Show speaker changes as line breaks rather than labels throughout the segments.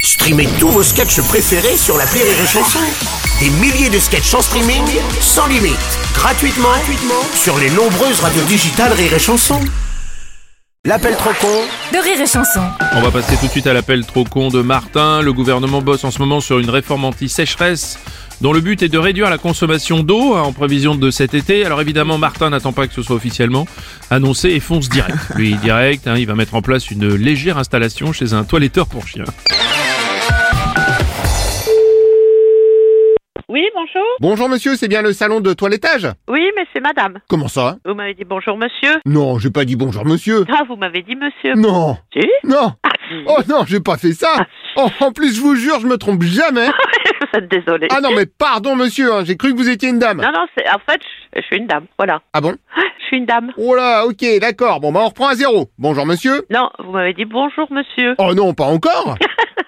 Streamez tous vos sketchs préférés sur la Rire et Chanson. Des milliers de sketchs en streaming, sans limite, gratuitement, gratuitement sur les nombreuses radios digitales Rire et Chanson. L'appel trop con
de rire et chanson.
On va passer tout de suite à l'appel trop con de Martin. Le gouvernement bosse en ce moment sur une réforme anti-sécheresse dont le but est de réduire la consommation d'eau hein, en prévision de cet été. Alors évidemment, Martin n'attend pas que ce soit officiellement annoncé et fonce direct. Lui, direct, hein, il va mettre en place une légère installation chez un toiletteur pour chien.
Oui, bonjour.
Bonjour monsieur, c'est bien le salon de toilettage
Oui, mais c'est madame.
Comment ça
Vous m'avez dit bonjour, monsieur.
Non, j'ai pas dit bonjour monsieur.
Ah, vous m'avez dit monsieur.
Non,
Si
non.
Ah, si.
Oh non, j'ai pas fait ça. Oh, en plus, je vous jure, je me trompe jamais.
Vous êtes désolé.
Ah non, mais pardon monsieur, hein, j'ai cru que vous étiez une dame.
Non, non, c'est, en fait, je, je suis une dame. Voilà.
Ah bon
Je suis une dame.
Oh là, ok, d'accord. Bon bah on reprend à zéro. Bonjour monsieur.
Non, vous m'avez dit bonjour, monsieur.
Oh non, pas encore.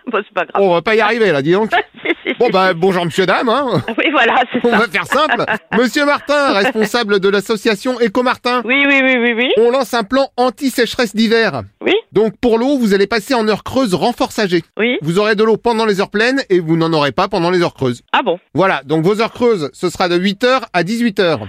Bon, c'est pas grave.
On va pas y arriver là, dis donc.
Si, si,
Bon
si.
bah bonjour monsieur dame. Hein.
Oui, voilà, c'est
On
ça.
va faire simple. Monsieur Martin, responsable de l'association Éco-Martin.
Oui, oui, oui, oui, oui.
On lance un plan anti-sécheresse d'hiver.
Oui.
Donc pour l'eau, vous allez passer en heures creuses renforçagées.
Oui.
Vous aurez de l'eau pendant les heures pleines et vous n'en aurez pas pendant les heures creuses.
Ah bon.
Voilà, donc vos heures creuses, ce sera de 8h à 18h.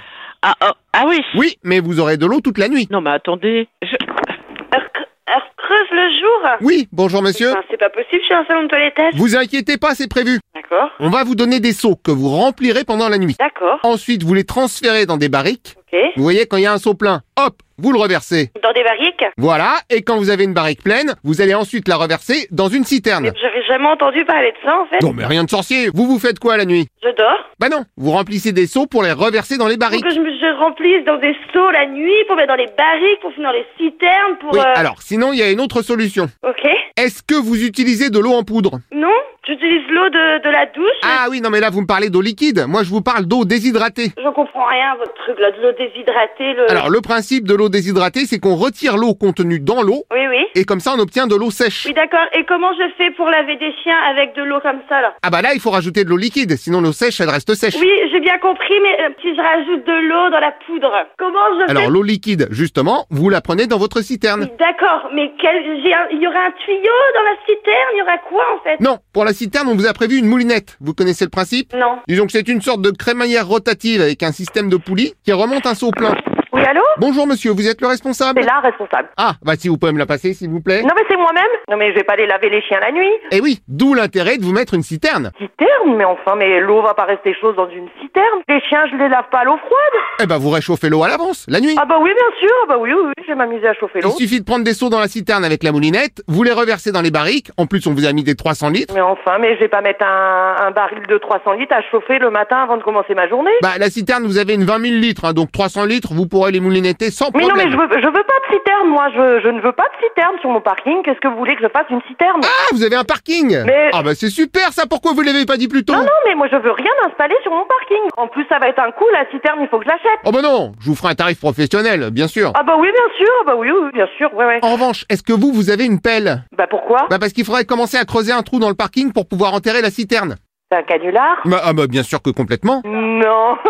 Ah, oh, ah oui.
Oui, mais vous aurez de l'eau toute la nuit.
Non, mais attendez. Je...
Heure cre- heure creuse le jour
Oui, bonjour monsieur.
Enfin, C'est pas possible, je suis un salon de toilettage.
Vous inquiétez pas, c'est prévu.
D'accord,
On va vous donner des seaux que vous remplirez pendant la nuit.
d'accord,
Ensuite, vous les transférez dans des barriques.
ok.
Vous voyez, quand il y a un seau plein, hop, vous le reversez.
Dans des barriques
Voilà, et quand vous avez une barrique pleine, vous allez ensuite la reverser dans une citerne.
Mais J'avais jamais entendu parler de ça en fait.
Non mais rien de sorcier, vous vous faites quoi la nuit
Je dors.
Bah non, vous remplissez des seaux pour les reverser dans les
Pour
barriques.
que je me je remplisse dans des seaux la nuit, pour mettre dans les barriques, pour finir dans les citernes, pour.
Oui,
euh,
alors sinon il y a une autre solution.
Ok.
Est-ce que vous utilisez de l'eau en poudre
Non, j'utilise l'eau de, de la douche.
Ah oui, non mais là vous me parlez d'eau liquide, moi je vous parle d'eau déshydratée.
Je comprends rien à votre truc là, de l'eau déshydratée. Le...
Alors le principe de l'eau déshydratée, c'est qu'on retire l'eau contenue dans l'eau
Oui, oui.
et comme ça on obtient de l'eau sèche.
Oui, d'accord. Et comment je fais pour laver des chiens avec de l'eau comme ça là
Ah bah là il faut rajouter de l'eau liquide, sinon l'eau sèche elle reste sèche.
Oui, j'ai bien compris, mais euh, si je rajoute de l'eau dans la poudre, comment je fais
Alors l'eau liquide, justement, vous la prenez dans votre citerne.
Oui, D'accord, mais quel... j'ai un- il y aura un tuyau dans la citerne, il y aura quoi en fait
Non, pour la citerne on vous a prévu une moulinette. Vous connaissez le principe
Non.
Disons que c'est une sorte de crémaillère rotative avec un système de poulie qui remonte un seau plein.
Oui, allô
Bonjour monsieur, vous êtes le responsable
C'est là, responsable.
Ah, bah si vous pouvez me la passer s'il vous plaît.
Non, mais c'est moi-même. Non, mais je vais pas aller laver les chiens la nuit.
Eh oui, d'où l'intérêt de vous mettre une citerne.
Citerne, mais enfin, mais l'eau va pas rester chaude dans une citerne. Les chiens, je les lave pas à l'eau froide.
Eh bah vous réchauffez l'eau à l'avance, la nuit.
Ah bah oui, bien sûr. Ah bah oui, oui, oui, je vais m'amuser à chauffer
Il
l'eau.
suffit de prendre des seaux dans la citerne avec la moulinette, vous les reversez dans les barriques, en plus on vous a mis des 300 litres.
Mais enfin, mais je vais pas mettre un, un baril de 300 litres à chauffer le matin avant de commencer ma journée.
Bah la citerne vous avez une 20 000 litres, hein, donc 300 litres vous pourrez les moulinetter sans
mais non,
problème.
mais je veux, je veux pas de citerne, moi. Je, je ne veux pas de citerne sur mon parking. Qu'est-ce que vous voulez que je fasse une citerne
Ah, vous avez un parking
Mais-
Ah bah c'est super ça, pourquoi vous l'avez pas dit plus tôt
Non, non, mais moi je veux rien installer sur mon parking. En plus, ça va être un coup, la citerne, il faut que je l'achète.
Oh bah non, je vous ferai un tarif professionnel, bien sûr.
Ah bah oui, bien sûr, ah bah oui, oui, bien sûr, ouais, ouais.
En revanche, est-ce que vous, vous avez une pelle
Bah pourquoi
Bah parce qu'il faudrait commencer à creuser un trou dans le parking pour pouvoir enterrer la citerne.
C'est un canular
Bah, ah bah bien sûr que complètement.
Non.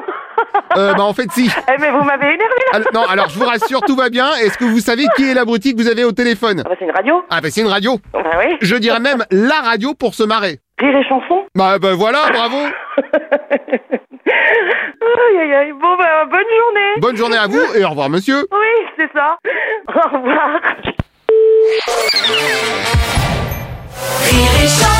Euh, bah en fait si.
Eh, mais vous m'avez énervé là.
Alors- non, alors je vous rassure, tout va bien. Est-ce que vous savez qui est l'abruti que vous avez au téléphone
Ah bah c'est une radio.
Ah bah c'est une radio.
Bah oui.
Je dirais même la radio pour se marrer.
Rire et chanson.
Bah bah voilà, bravo.
aïe, aïe, aïe. Bon, bah bonne journée.
Bonne journée à vous et au revoir monsieur.
Oui, c'est ça. Au revoir.
Rire et chanson.